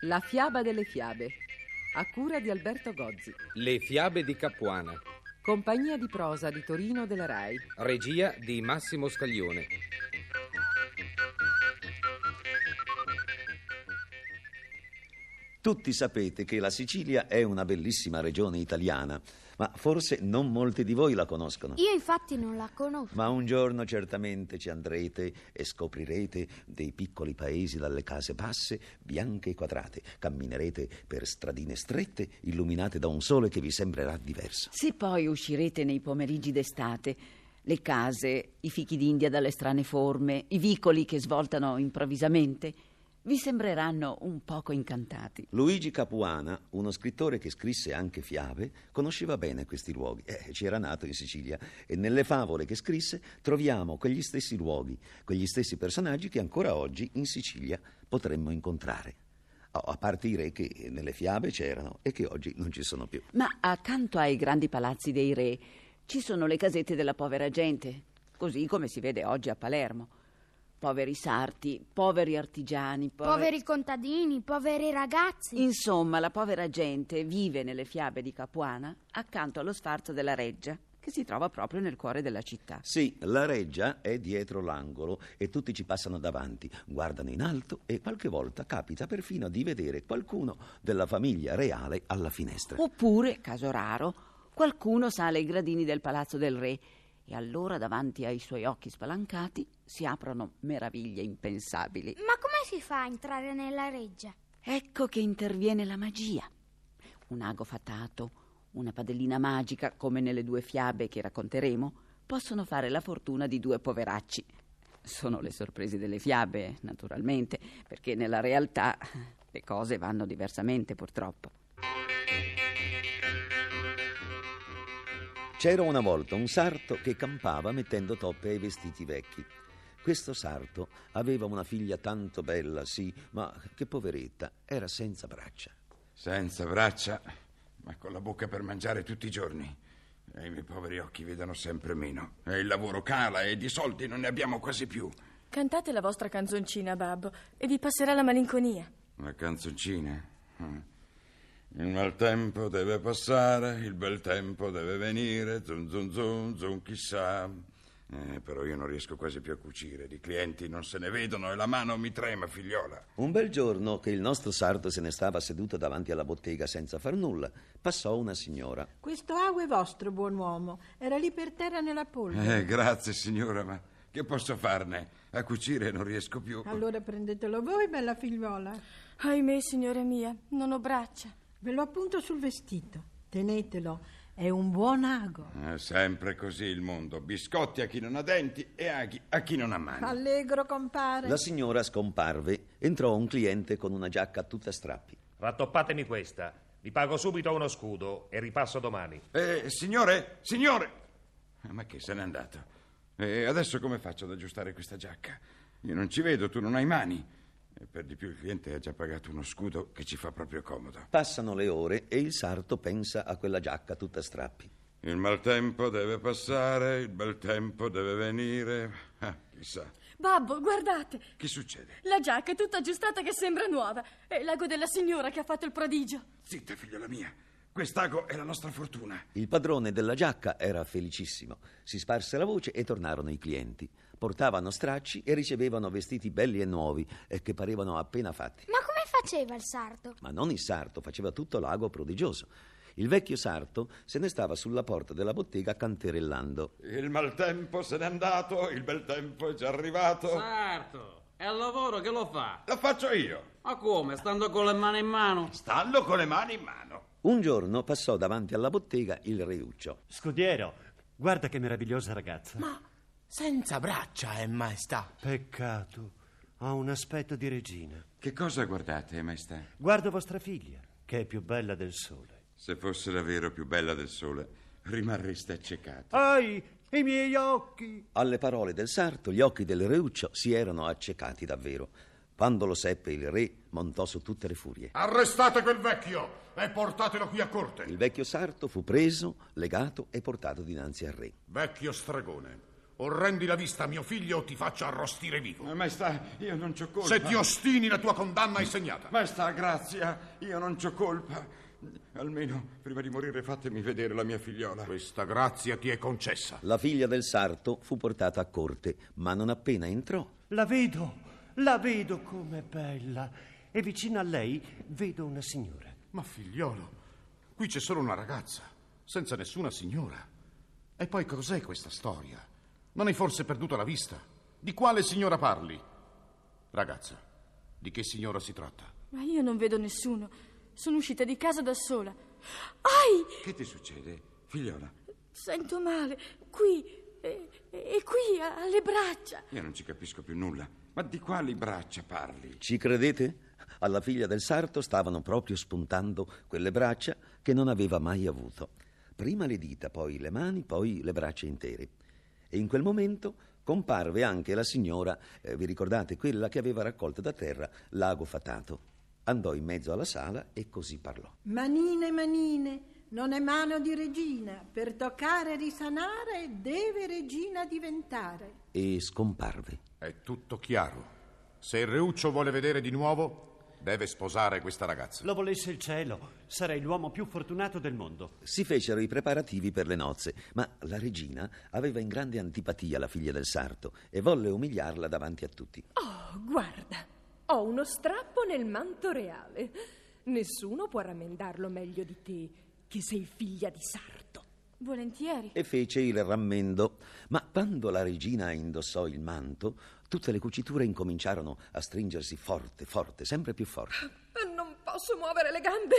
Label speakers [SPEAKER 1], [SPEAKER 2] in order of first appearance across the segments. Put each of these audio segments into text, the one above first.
[SPEAKER 1] La fiaba delle fiabe. A cura di Alberto Gozzi.
[SPEAKER 2] Le fiabe di Capuana.
[SPEAKER 1] Compagnia di prosa di Torino della RAI.
[SPEAKER 2] Regia di Massimo Scaglione.
[SPEAKER 3] Tutti sapete che la Sicilia è una bellissima regione italiana, ma forse non molti di voi la conoscono.
[SPEAKER 4] Io infatti non la conosco.
[SPEAKER 3] Ma un giorno certamente ci andrete e scoprirete dei piccoli paesi dalle case basse, bianche e quadrate. Camminerete per stradine strette, illuminate da un sole che vi sembrerà diverso.
[SPEAKER 5] Se poi uscirete nei pomeriggi d'estate, le case, i fichi d'India dalle strane forme, i vicoli che svoltano improvvisamente, vi sembreranno un poco incantati.
[SPEAKER 3] Luigi Capuana, uno scrittore che scrisse anche fiabe, conosceva bene questi luoghi. Eh, ci era nato in Sicilia e nelle favole che scrisse troviamo quegli stessi luoghi, quegli stessi personaggi che ancora oggi in Sicilia potremmo incontrare. Oh, a partire che nelle fiabe c'erano e che oggi non ci sono più.
[SPEAKER 5] Ma accanto ai grandi palazzi dei re ci sono le casette della povera gente, così come si vede oggi a Palermo poveri sarti, poveri artigiani,
[SPEAKER 4] poveri... poveri contadini, poveri ragazzi.
[SPEAKER 5] Insomma, la povera gente vive nelle fiabe di Capuana accanto allo sfarzo della Reggia, che si trova proprio nel cuore della città.
[SPEAKER 3] Sì, la Reggia è dietro l'angolo e tutti ci passano davanti, guardano in alto e qualche volta capita perfino di vedere qualcuno della famiglia reale alla finestra.
[SPEAKER 5] Oppure, caso raro, qualcuno sale ai gradini del palazzo del re e allora davanti ai suoi occhi spalancati si aprono meraviglie impensabili.
[SPEAKER 4] Ma come si fa a entrare nella reggia?
[SPEAKER 5] Ecco che interviene la magia. Un ago fatato, una padellina magica, come nelle due fiabe che racconteremo, possono fare la fortuna di due poveracci. Sono le sorprese delle fiabe, naturalmente, perché nella realtà le cose vanno diversamente, purtroppo.
[SPEAKER 3] C'era una volta un sarto che campava mettendo toppe ai vestiti vecchi. Questo sarto aveva una figlia tanto bella, sì, ma che poveretta, era senza braccia.
[SPEAKER 6] Senza braccia, ma con la bocca per mangiare tutti i giorni. E i miei poveri occhi vedono sempre meno. E il lavoro cala e di soldi non ne abbiamo quasi più.
[SPEAKER 7] Cantate la vostra canzoncina, babbo, e vi passerà la malinconia.
[SPEAKER 6] La canzoncina? Mm. Il mal tempo deve passare, il bel tempo deve venire, zun zun zun zun chissà. Eh, però io non riesco quasi più a cucire, di clienti non se ne vedono e la mano mi trema, figliola.
[SPEAKER 3] Un bel giorno che il nostro sarto se ne stava seduto davanti alla bottega senza far nulla, passò una signora.
[SPEAKER 8] Questo ago è vostro, buon uomo. Era lì per terra nella polvere.
[SPEAKER 6] Eh, grazie signora, ma che posso farne? A cucire non riesco più.
[SPEAKER 3] ecco.
[SPEAKER 8] Allora prendetelo voi, bella figliola.
[SPEAKER 7] Ahimè, signora mia, non ho braccia.
[SPEAKER 8] Ve lo appunto sul vestito. Tenetelo, è un buon ago.
[SPEAKER 6] È Eh, sempre così il mondo. Biscotti a chi non ha denti e aghi a chi non ha mani.
[SPEAKER 8] Allegro, compare.
[SPEAKER 3] La signora scomparve. Entrò un cliente con una giacca tutta a strappi.
[SPEAKER 9] Rattoppatemi questa. Vi pago subito uno scudo e ripasso domani.
[SPEAKER 6] Eh, signore, signore! Eh, Ma che se n'è andato? E adesso come faccio ad aggiustare questa giacca? Io non ci vedo, tu non hai mani. E per di più il cliente ha già pagato uno scudo che ci fa proprio comodo.
[SPEAKER 3] Passano le ore e il sarto pensa a quella giacca tutta a strappi.
[SPEAKER 6] Il maltempo deve passare, il bel tempo deve venire. Ah, chissà.
[SPEAKER 7] Babbo, guardate!
[SPEAKER 6] Che succede?
[SPEAKER 7] La giacca è tutta aggiustata che sembra nuova. È l'ago della signora che ha fatto il prodigio.
[SPEAKER 6] Zitta, figliola mia. Quest'ago è la nostra fortuna.
[SPEAKER 3] Il padrone della giacca era felicissimo. Si sparse la voce e tornarono i clienti. Portavano stracci e ricevevano vestiti belli e nuovi e che parevano appena fatti.
[SPEAKER 4] Ma come faceva il sarto?
[SPEAKER 3] Ma non il sarto, faceva tutto l'ago prodigioso. Il vecchio sarto se ne stava sulla porta della bottega canterellando.
[SPEAKER 6] Il maltempo se n'è andato, il bel tempo è già arrivato.
[SPEAKER 10] Sarto! Certo, È il lavoro che lo fa?
[SPEAKER 6] Lo faccio io.
[SPEAKER 10] Ma come? Stando con le mani in mano?
[SPEAKER 6] Stando con le mani in mano.
[SPEAKER 3] Un giorno passò davanti alla bottega il reuccio.
[SPEAKER 11] Scudiero, guarda che meravigliosa ragazza.
[SPEAKER 12] Ma senza braccia, è maestà.
[SPEAKER 11] Peccato, ha un aspetto di regina.
[SPEAKER 6] Che cosa guardate, maestà?
[SPEAKER 11] Guardo vostra figlia, che è più bella del sole.
[SPEAKER 6] Se fosse davvero più bella del sole, rimarreste accecati.
[SPEAKER 11] Ai, i miei occhi!
[SPEAKER 3] Alle parole del sarto, gli occhi del reuccio si erano accecati davvero. Quando lo seppe il re, montò su tutte le furie.
[SPEAKER 13] Arrestate quel vecchio e portatelo qui a corte.
[SPEAKER 3] Il vecchio sarto fu preso, legato e portato dinanzi al re.
[SPEAKER 13] Vecchio stregone, O rendi la vista a mio figlio o ti faccio arrostire vivo.
[SPEAKER 6] Eh, Maestà, io non c'ho colpa.
[SPEAKER 13] Se ti ostini, la tua condanna è segnata.
[SPEAKER 6] Maestà, grazia, io non c'ho colpa. Almeno, prima di morire, fatemi vedere la mia figliola.
[SPEAKER 13] Questa grazia ti è concessa.
[SPEAKER 3] La figlia del sarto fu portata a corte, ma non appena entrò.
[SPEAKER 11] La vedo, la vedo com'è bella. E vicino a lei vedo una signora.
[SPEAKER 13] Ma figliolo, qui c'è solo una ragazza, senza nessuna signora. E poi cos'è questa storia? Non hai forse perduto la vista? Di quale signora parli? Ragazza, di che signora si tratta?
[SPEAKER 7] Ma io non vedo nessuno. Sono uscita di casa da sola. Ai!
[SPEAKER 6] Che ti succede, figliola?
[SPEAKER 7] Sento male. Qui. E, e qui, a- alle braccia.
[SPEAKER 6] Io non ci capisco più nulla. Ma di quali braccia parli?
[SPEAKER 3] Ci credete? Alla figlia del sarto stavano proprio spuntando quelle braccia che non aveva mai avuto. Prima le dita, poi le mani, poi le braccia intere. E in quel momento comparve anche la signora, eh, vi ricordate, quella che aveva raccolto da terra l'ago fatato. Andò in mezzo alla sala e così parlò.
[SPEAKER 8] Manine, manine, non è mano di regina, per toccare e risanare deve regina diventare.
[SPEAKER 3] E scomparve.
[SPEAKER 13] È tutto chiaro. Se il Reuccio vuole vedere di nuovo, deve sposare questa ragazza.
[SPEAKER 11] Lo volesse il cielo, sarei l'uomo più fortunato del mondo.
[SPEAKER 3] Si fecero i preparativi per le nozze, ma la regina aveva in grande antipatia la figlia del sarto e volle umiliarla davanti a tutti.
[SPEAKER 14] Oh, guarda, ho uno strappo nel manto reale. Nessuno può rammendarlo meglio di te, che sei figlia di sarto.
[SPEAKER 7] Volentieri.
[SPEAKER 3] E fece il rammendo. Ma quando la regina indossò il manto, tutte le cuciture incominciarono a stringersi forte, forte, sempre più forte.
[SPEAKER 14] Non posso muovere le gambe.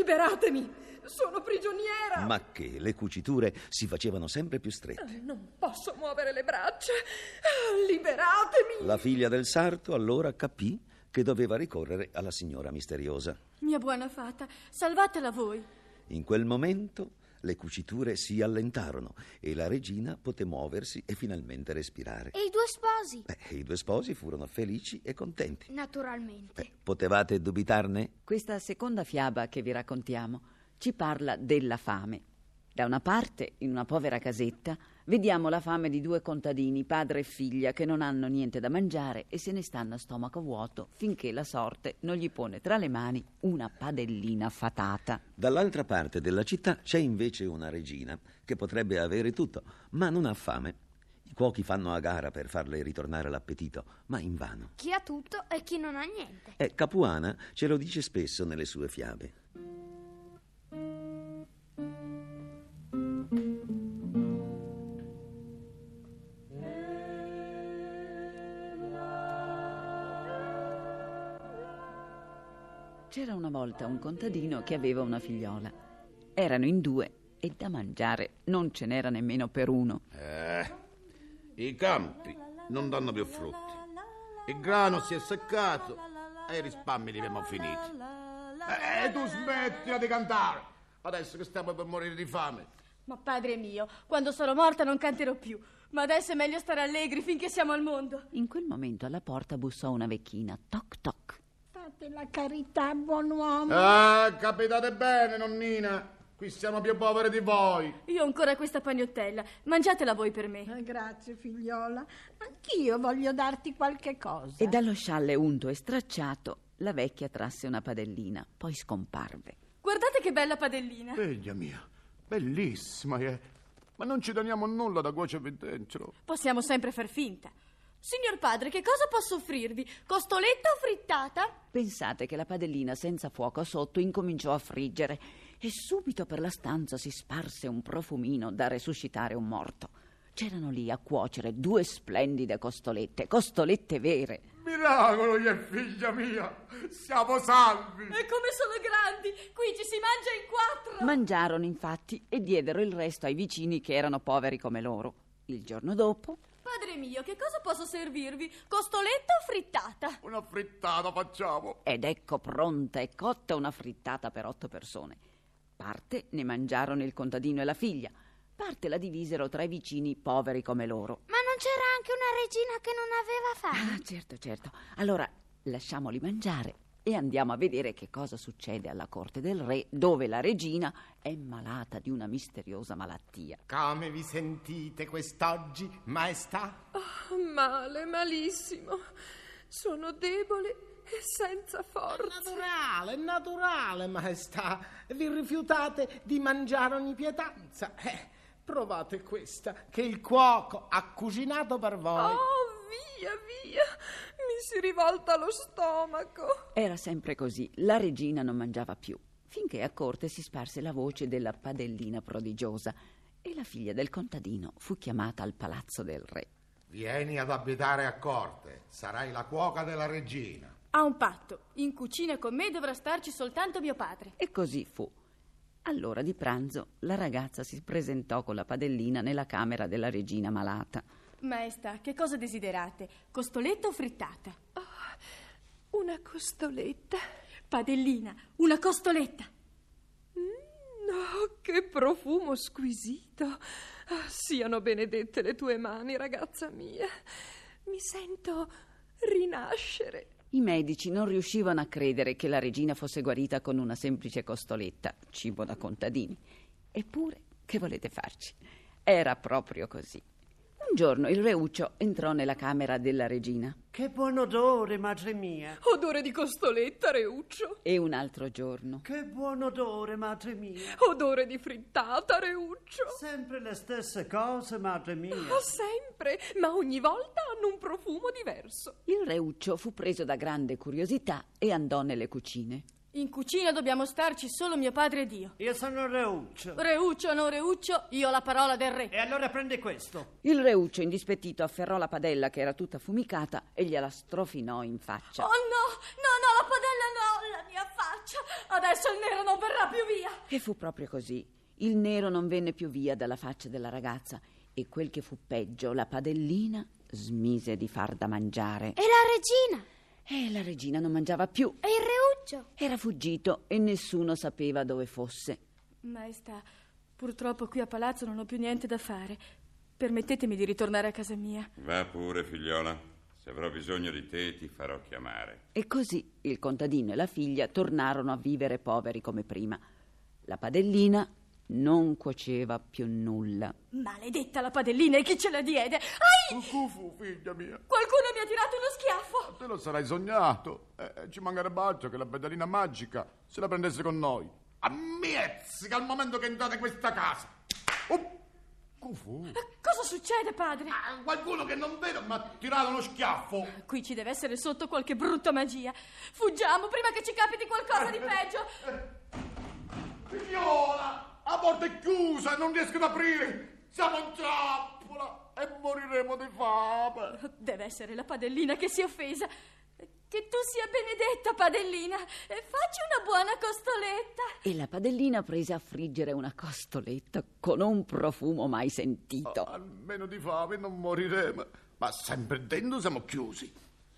[SPEAKER 14] Liberatemi. Sono prigioniera.
[SPEAKER 3] Ma che le cuciture si facevano sempre più strette.
[SPEAKER 14] Non posso muovere le braccia. Ah, Liberatemi.
[SPEAKER 3] La figlia del sarto allora capì che doveva ricorrere alla signora misteriosa.
[SPEAKER 7] Mia buona fata, salvatela voi.
[SPEAKER 3] In quel momento le cuciture si allentarono e la regina poté muoversi e finalmente respirare.
[SPEAKER 4] E i due sposi?
[SPEAKER 3] Beh, i due sposi furono felici e contenti.
[SPEAKER 4] Naturalmente.
[SPEAKER 3] Potevate dubitarne?
[SPEAKER 5] Questa seconda fiaba che vi raccontiamo ci parla della fame. Da una parte, in una povera casetta, vediamo la fame di due contadini, padre e figlia, che non hanno niente da mangiare e se ne stanno a stomaco vuoto finché la sorte non gli pone tra le mani una padellina fatata.
[SPEAKER 3] Dall'altra parte della città c'è invece una regina che potrebbe avere tutto, ma non ha fame. I cuochi fanno a gara per farle ritornare l'appetito, ma invano.
[SPEAKER 4] Chi ha tutto e chi non ha niente.
[SPEAKER 3] E Capuana ce lo dice spesso nelle sue fiabe.
[SPEAKER 5] C'era una volta un contadino che aveva una figliola. Erano in due e da mangiare non ce n'era nemmeno per uno.
[SPEAKER 13] Eh, i campi non danno più frutti. Il grano si è seccato e i risparmi li abbiamo finiti. E Eh, tu smettila di cantare! Adesso che stiamo per morire di fame.
[SPEAKER 7] Ma padre mio, quando sarò morta non canterò più. Ma adesso è meglio stare allegri finché siamo al mondo.
[SPEAKER 5] In quel momento alla porta bussò una vecchina. Toc toc.
[SPEAKER 8] Fate la carità, buon uomo.
[SPEAKER 13] Ah, capitate bene, nonnina. Qui siamo più poveri di voi.
[SPEAKER 7] Io ho ancora questa pagnottella. Mangiatela voi per me.
[SPEAKER 8] Eh, Grazie, figliola. Anch'io voglio darti qualche cosa.
[SPEAKER 5] E dallo scialle unto e stracciato la vecchia trasse una padellina, poi scomparve.
[SPEAKER 7] Guardate che bella padellina.
[SPEAKER 13] Figlia mia, bellissima è. Ma non ci teniamo nulla da cuocervi dentro.
[SPEAKER 7] Possiamo sempre far finta. Signor padre, che cosa posso offrirvi? Costoletta o frittata?
[SPEAKER 5] Pensate che la padellina senza fuoco sotto incominciò a friggere e subito per la stanza si sparse un profumino da resuscitare un morto. C'erano lì a cuocere due splendide costolette, costolette vere.
[SPEAKER 13] Miracolo, gli è figlia mia. Siamo salvi.
[SPEAKER 7] E come sono grandi! Qui ci si mangia in quattro!
[SPEAKER 5] Mangiarono infatti e diedero il resto ai vicini che erano poveri come loro. Il giorno dopo
[SPEAKER 7] Padre mio, che cosa posso servirvi? Costoletta o frittata?
[SPEAKER 13] Una frittata facciamo.
[SPEAKER 5] Ed ecco pronta e cotta una frittata per otto persone. Parte ne mangiarono il contadino e la figlia, parte la divisero tra i vicini poveri come loro.
[SPEAKER 4] Ma non c'era anche una regina che non aveva fame?
[SPEAKER 5] Ah, certo, certo. Allora lasciamoli mangiare e e andiamo a vedere che cosa succede alla corte del re, dove la regina è malata di una misteriosa malattia.
[SPEAKER 12] Come vi sentite quest'oggi, maestà?
[SPEAKER 14] Oh, male, malissimo. Sono debole e senza forza.
[SPEAKER 12] Naturale, naturale, maestà. Vi rifiutate di mangiare ogni pietanza. Eh, provate questa che il cuoco ha cucinato per voi.
[SPEAKER 14] Oh, via, via. Mi si rivolta lo stomaco.
[SPEAKER 5] Era sempre così, la regina non mangiava più, finché a corte si sparse la voce della padellina prodigiosa e la figlia del contadino fu chiamata al palazzo del re.
[SPEAKER 15] Vieni ad abitare a corte, sarai la cuoca della regina.
[SPEAKER 7] Ha un patto. In cucina con me dovrà starci soltanto mio padre.
[SPEAKER 5] E così fu. All'ora di pranzo la ragazza si presentò con la padellina nella camera della regina malata.
[SPEAKER 7] Maestà, che cosa desiderate? Costoletta o frittata?
[SPEAKER 14] Oh, Una costoletta.
[SPEAKER 7] Padellina, una costoletta.
[SPEAKER 14] No, Mm, oh, che profumo squisito. Ah, Siano benedette le tue mani, ragazza mia. Mi sento rinascere.
[SPEAKER 5] I medici non riuscivano a credere che la regina fosse guarita con una semplice costoletta, cibo da contadini. Eppure, che volete farci? Era proprio così. Un giorno il reuccio entrò nella camera della regina
[SPEAKER 16] Che buon odore, madre mia.
[SPEAKER 14] Odore di costoletta, Reuccio.
[SPEAKER 5] e un altro giorno.
[SPEAKER 16] Che buon odore, madre mia.
[SPEAKER 14] Odore di frittata, Reuccio.
[SPEAKER 16] Sempre le stesse cose, madre mia.
[SPEAKER 14] Oh, sempre, ma ogni volta hanno un profumo diverso.
[SPEAKER 5] Il reuccio fu preso da grande curiosità e andò nelle cucine.
[SPEAKER 7] In cucina dobbiamo starci solo mio padre ed io.
[SPEAKER 16] Io sono Reuccio.
[SPEAKER 7] Reuccio o non Reuccio, io ho la parola del re.
[SPEAKER 16] E allora prendi questo.
[SPEAKER 5] Il reuccio, indispettito, afferrò la padella che era tutta fumicata e gliela strofinò in faccia.
[SPEAKER 7] Oh no, no, no, la padella no, la mia faccia. Adesso il nero non verrà più via.
[SPEAKER 5] E fu proprio così. Il nero non venne più via dalla faccia della ragazza e quel che fu peggio, la padellina smise di far da mangiare.
[SPEAKER 4] E la regina?
[SPEAKER 5] E la regina non mangiava più.
[SPEAKER 4] E il reuccio?
[SPEAKER 5] Era fuggito e nessuno sapeva dove fosse.
[SPEAKER 7] Maestà, purtroppo qui a palazzo non ho più niente da fare. Permettetemi di ritornare a casa mia.
[SPEAKER 6] Va pure, figliola. Se avrò bisogno di te, ti farò chiamare.
[SPEAKER 5] E così il contadino e la figlia tornarono a vivere poveri come prima. La padellina non cuoceva più nulla.
[SPEAKER 7] Maledetta la padellina e chi ce la diede? Ai!
[SPEAKER 13] Cucufu, figlia mia.
[SPEAKER 7] Qualcuno mi ha tirato uno schiaffo!
[SPEAKER 13] Te lo sarai sognato. Eh, ci mancherebbe altro che la pedalina magica se la prendesse con noi.
[SPEAKER 15] Ammezzica al momento che entrate in questa casa.
[SPEAKER 13] Oh, Cufu.
[SPEAKER 7] Cosa succede, padre?
[SPEAKER 15] Ah, Qualcuno che non vedo mi ha tirato uno schiaffo.
[SPEAKER 7] Qui ci deve essere sotto qualche brutta magia. Fuggiamo prima che ci capiti qualcosa di peggio.
[SPEAKER 15] Figliola, la porta è chiusa, non riesco ad aprire. Siamo in trappola e moriremo di fame.
[SPEAKER 7] Deve essere la padellina che si è offesa. Che tu sia benedetta, padellina. E facci una buona costoletta.
[SPEAKER 5] E la padellina prese a friggere una costoletta con un profumo mai sentito.
[SPEAKER 6] Oh.
[SPEAKER 13] Almeno di fame non moriremo.
[SPEAKER 15] Ma sempre dentro siamo chiusi.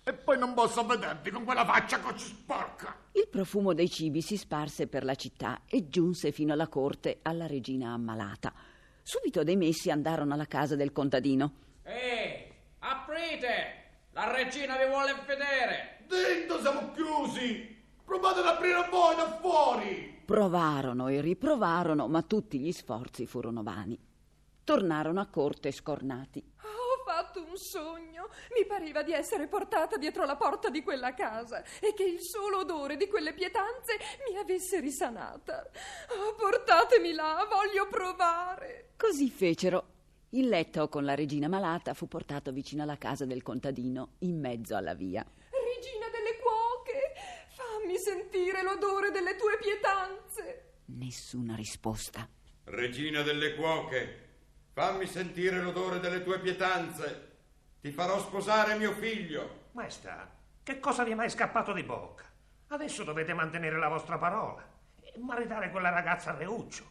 [SPEAKER 15] E poi non posso vedervi con quella faccia così sporca.
[SPEAKER 5] Il profumo dei cibi si sparse per la città e giunse fino alla corte alla regina ammalata. Subito dei messi andarono alla casa del contadino.
[SPEAKER 10] Ehi, aprite! La regina vi vuole vedere!
[SPEAKER 15] Dentro siamo chiusi. Provate ad aprire voi da fuori.
[SPEAKER 5] Provarono e riprovarono, ma tutti gli sforzi furono vani. Tornarono a corte scornati.
[SPEAKER 14] Oh, Ho fatto un sogno. Mi pareva di essere portata dietro la porta di quella casa e che il solo odore di quelle pietanze mi avesse risanata. Oh, portatemi là, voglio provare.
[SPEAKER 5] Così fecero. Il letto con la regina malata fu portato vicino alla casa del contadino, in mezzo alla via.
[SPEAKER 14] Regina delle cuoche, fammi sentire l'odore delle tue pietanze.
[SPEAKER 5] Nessuna risposta.
[SPEAKER 6] Regina delle cuoche, fammi sentire l'odore delle tue pietanze. Ti farò sposare mio figlio.
[SPEAKER 17] Maestà, che cosa vi è mai scappato di bocca? Adesso dovete mantenere la vostra parola e maritare quella ragazza a Reuccio.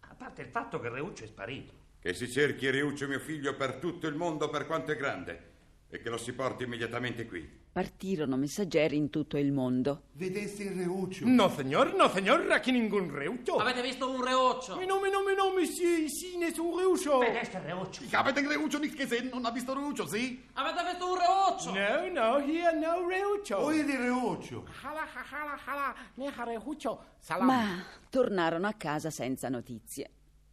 [SPEAKER 17] A parte il fatto che Reuccio è sparito.
[SPEAKER 6] Che si cerchi Riuccio mio figlio per tutto il mondo per quanto è grande. e che lo si porti immediatamente qui.
[SPEAKER 5] Partirono messaggeri in tutto il mondo.
[SPEAKER 12] Vedeste il reuccio?
[SPEAKER 16] No, signor, no, signor, aquí ningún reuccio.
[SPEAKER 10] Avete visto un reuccio?
[SPEAKER 12] Mi nome, nome, nome, sì, sì, nessun reuccio.
[SPEAKER 10] Vedeste il reuccio?
[SPEAKER 12] Capite il reuccio di che se non ha visto reuccio, sì?
[SPEAKER 10] Avete visto un reuccio?
[SPEAKER 12] No, no, here no reuccio.
[SPEAKER 15] Oide reuccio.
[SPEAKER 12] Hala, hala, hala, ne ha reuccio, salam.
[SPEAKER 5] Ma tornarono a casa senza notizie.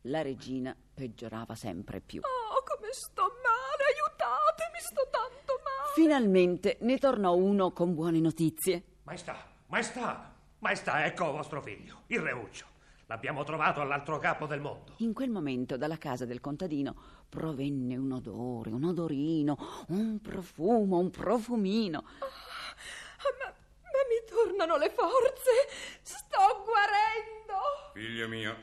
[SPEAKER 5] La regina peggiorava sempre più.
[SPEAKER 14] Oh, come sto male, aiutatemi, sto tanto male.
[SPEAKER 5] Finalmente ne tornò uno con buone notizie.
[SPEAKER 9] Maestà, maestà, maestà, ecco vostro figlio, il Reuccio. L'abbiamo trovato all'altro capo del mondo.
[SPEAKER 5] In quel momento dalla casa del contadino provenne un odore, un odorino, un profumo, un profumino.
[SPEAKER 14] Ah, ma, ma mi tornano le forze, sto guarendo.
[SPEAKER 6] Figlio mio,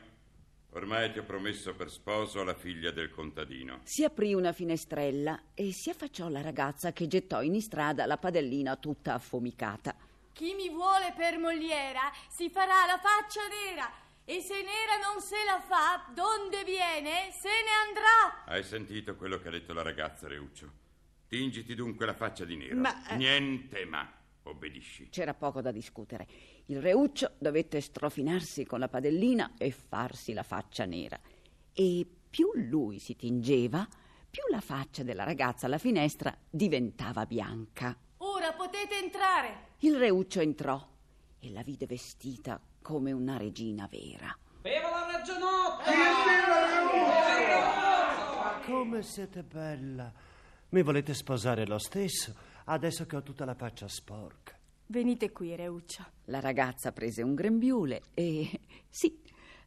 [SPEAKER 6] ormai ti ho promesso per sposo la figlia del contadino.
[SPEAKER 5] Si aprì una finestrella e si affacciò la ragazza che gettò in istrada la padellina tutta affumicata.
[SPEAKER 7] Chi mi vuole per mogliera si farà la faccia nera e se nera non se la fa, donde viene, se ne andrà.
[SPEAKER 6] Hai sentito quello che ha detto la ragazza, Reuccio? Tingiti dunque la faccia di nero.
[SPEAKER 5] Ma, eh-
[SPEAKER 6] Niente ma, obbedisci.
[SPEAKER 5] C'era poco da discutere. Il reuccio dovette strofinarsi con la padellina e farsi la faccia nera. E più lui si tingeva, più la faccia della ragazza alla finestra diventava bianca.
[SPEAKER 7] Ora potete entrare.
[SPEAKER 5] Il reuccio entrò e la vide vestita come una regina vera.
[SPEAKER 10] Viva la regionotta!
[SPEAKER 11] Come siete bella. Mi volete sposare lo stesso, adesso che ho tutta la faccia sporca.
[SPEAKER 7] Venite qui, Reuccio.
[SPEAKER 5] La ragazza prese un grembiule e sì,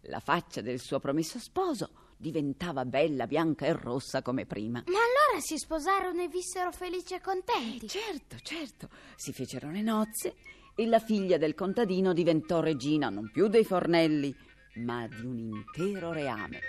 [SPEAKER 5] la faccia del suo promesso sposo diventava bella, bianca e rossa come prima.
[SPEAKER 4] Ma allora si sposarono e vissero felici e contenti.
[SPEAKER 5] Certo, certo, si fecero le nozze e la figlia del contadino diventò regina non più dei fornelli, ma di un intero reame.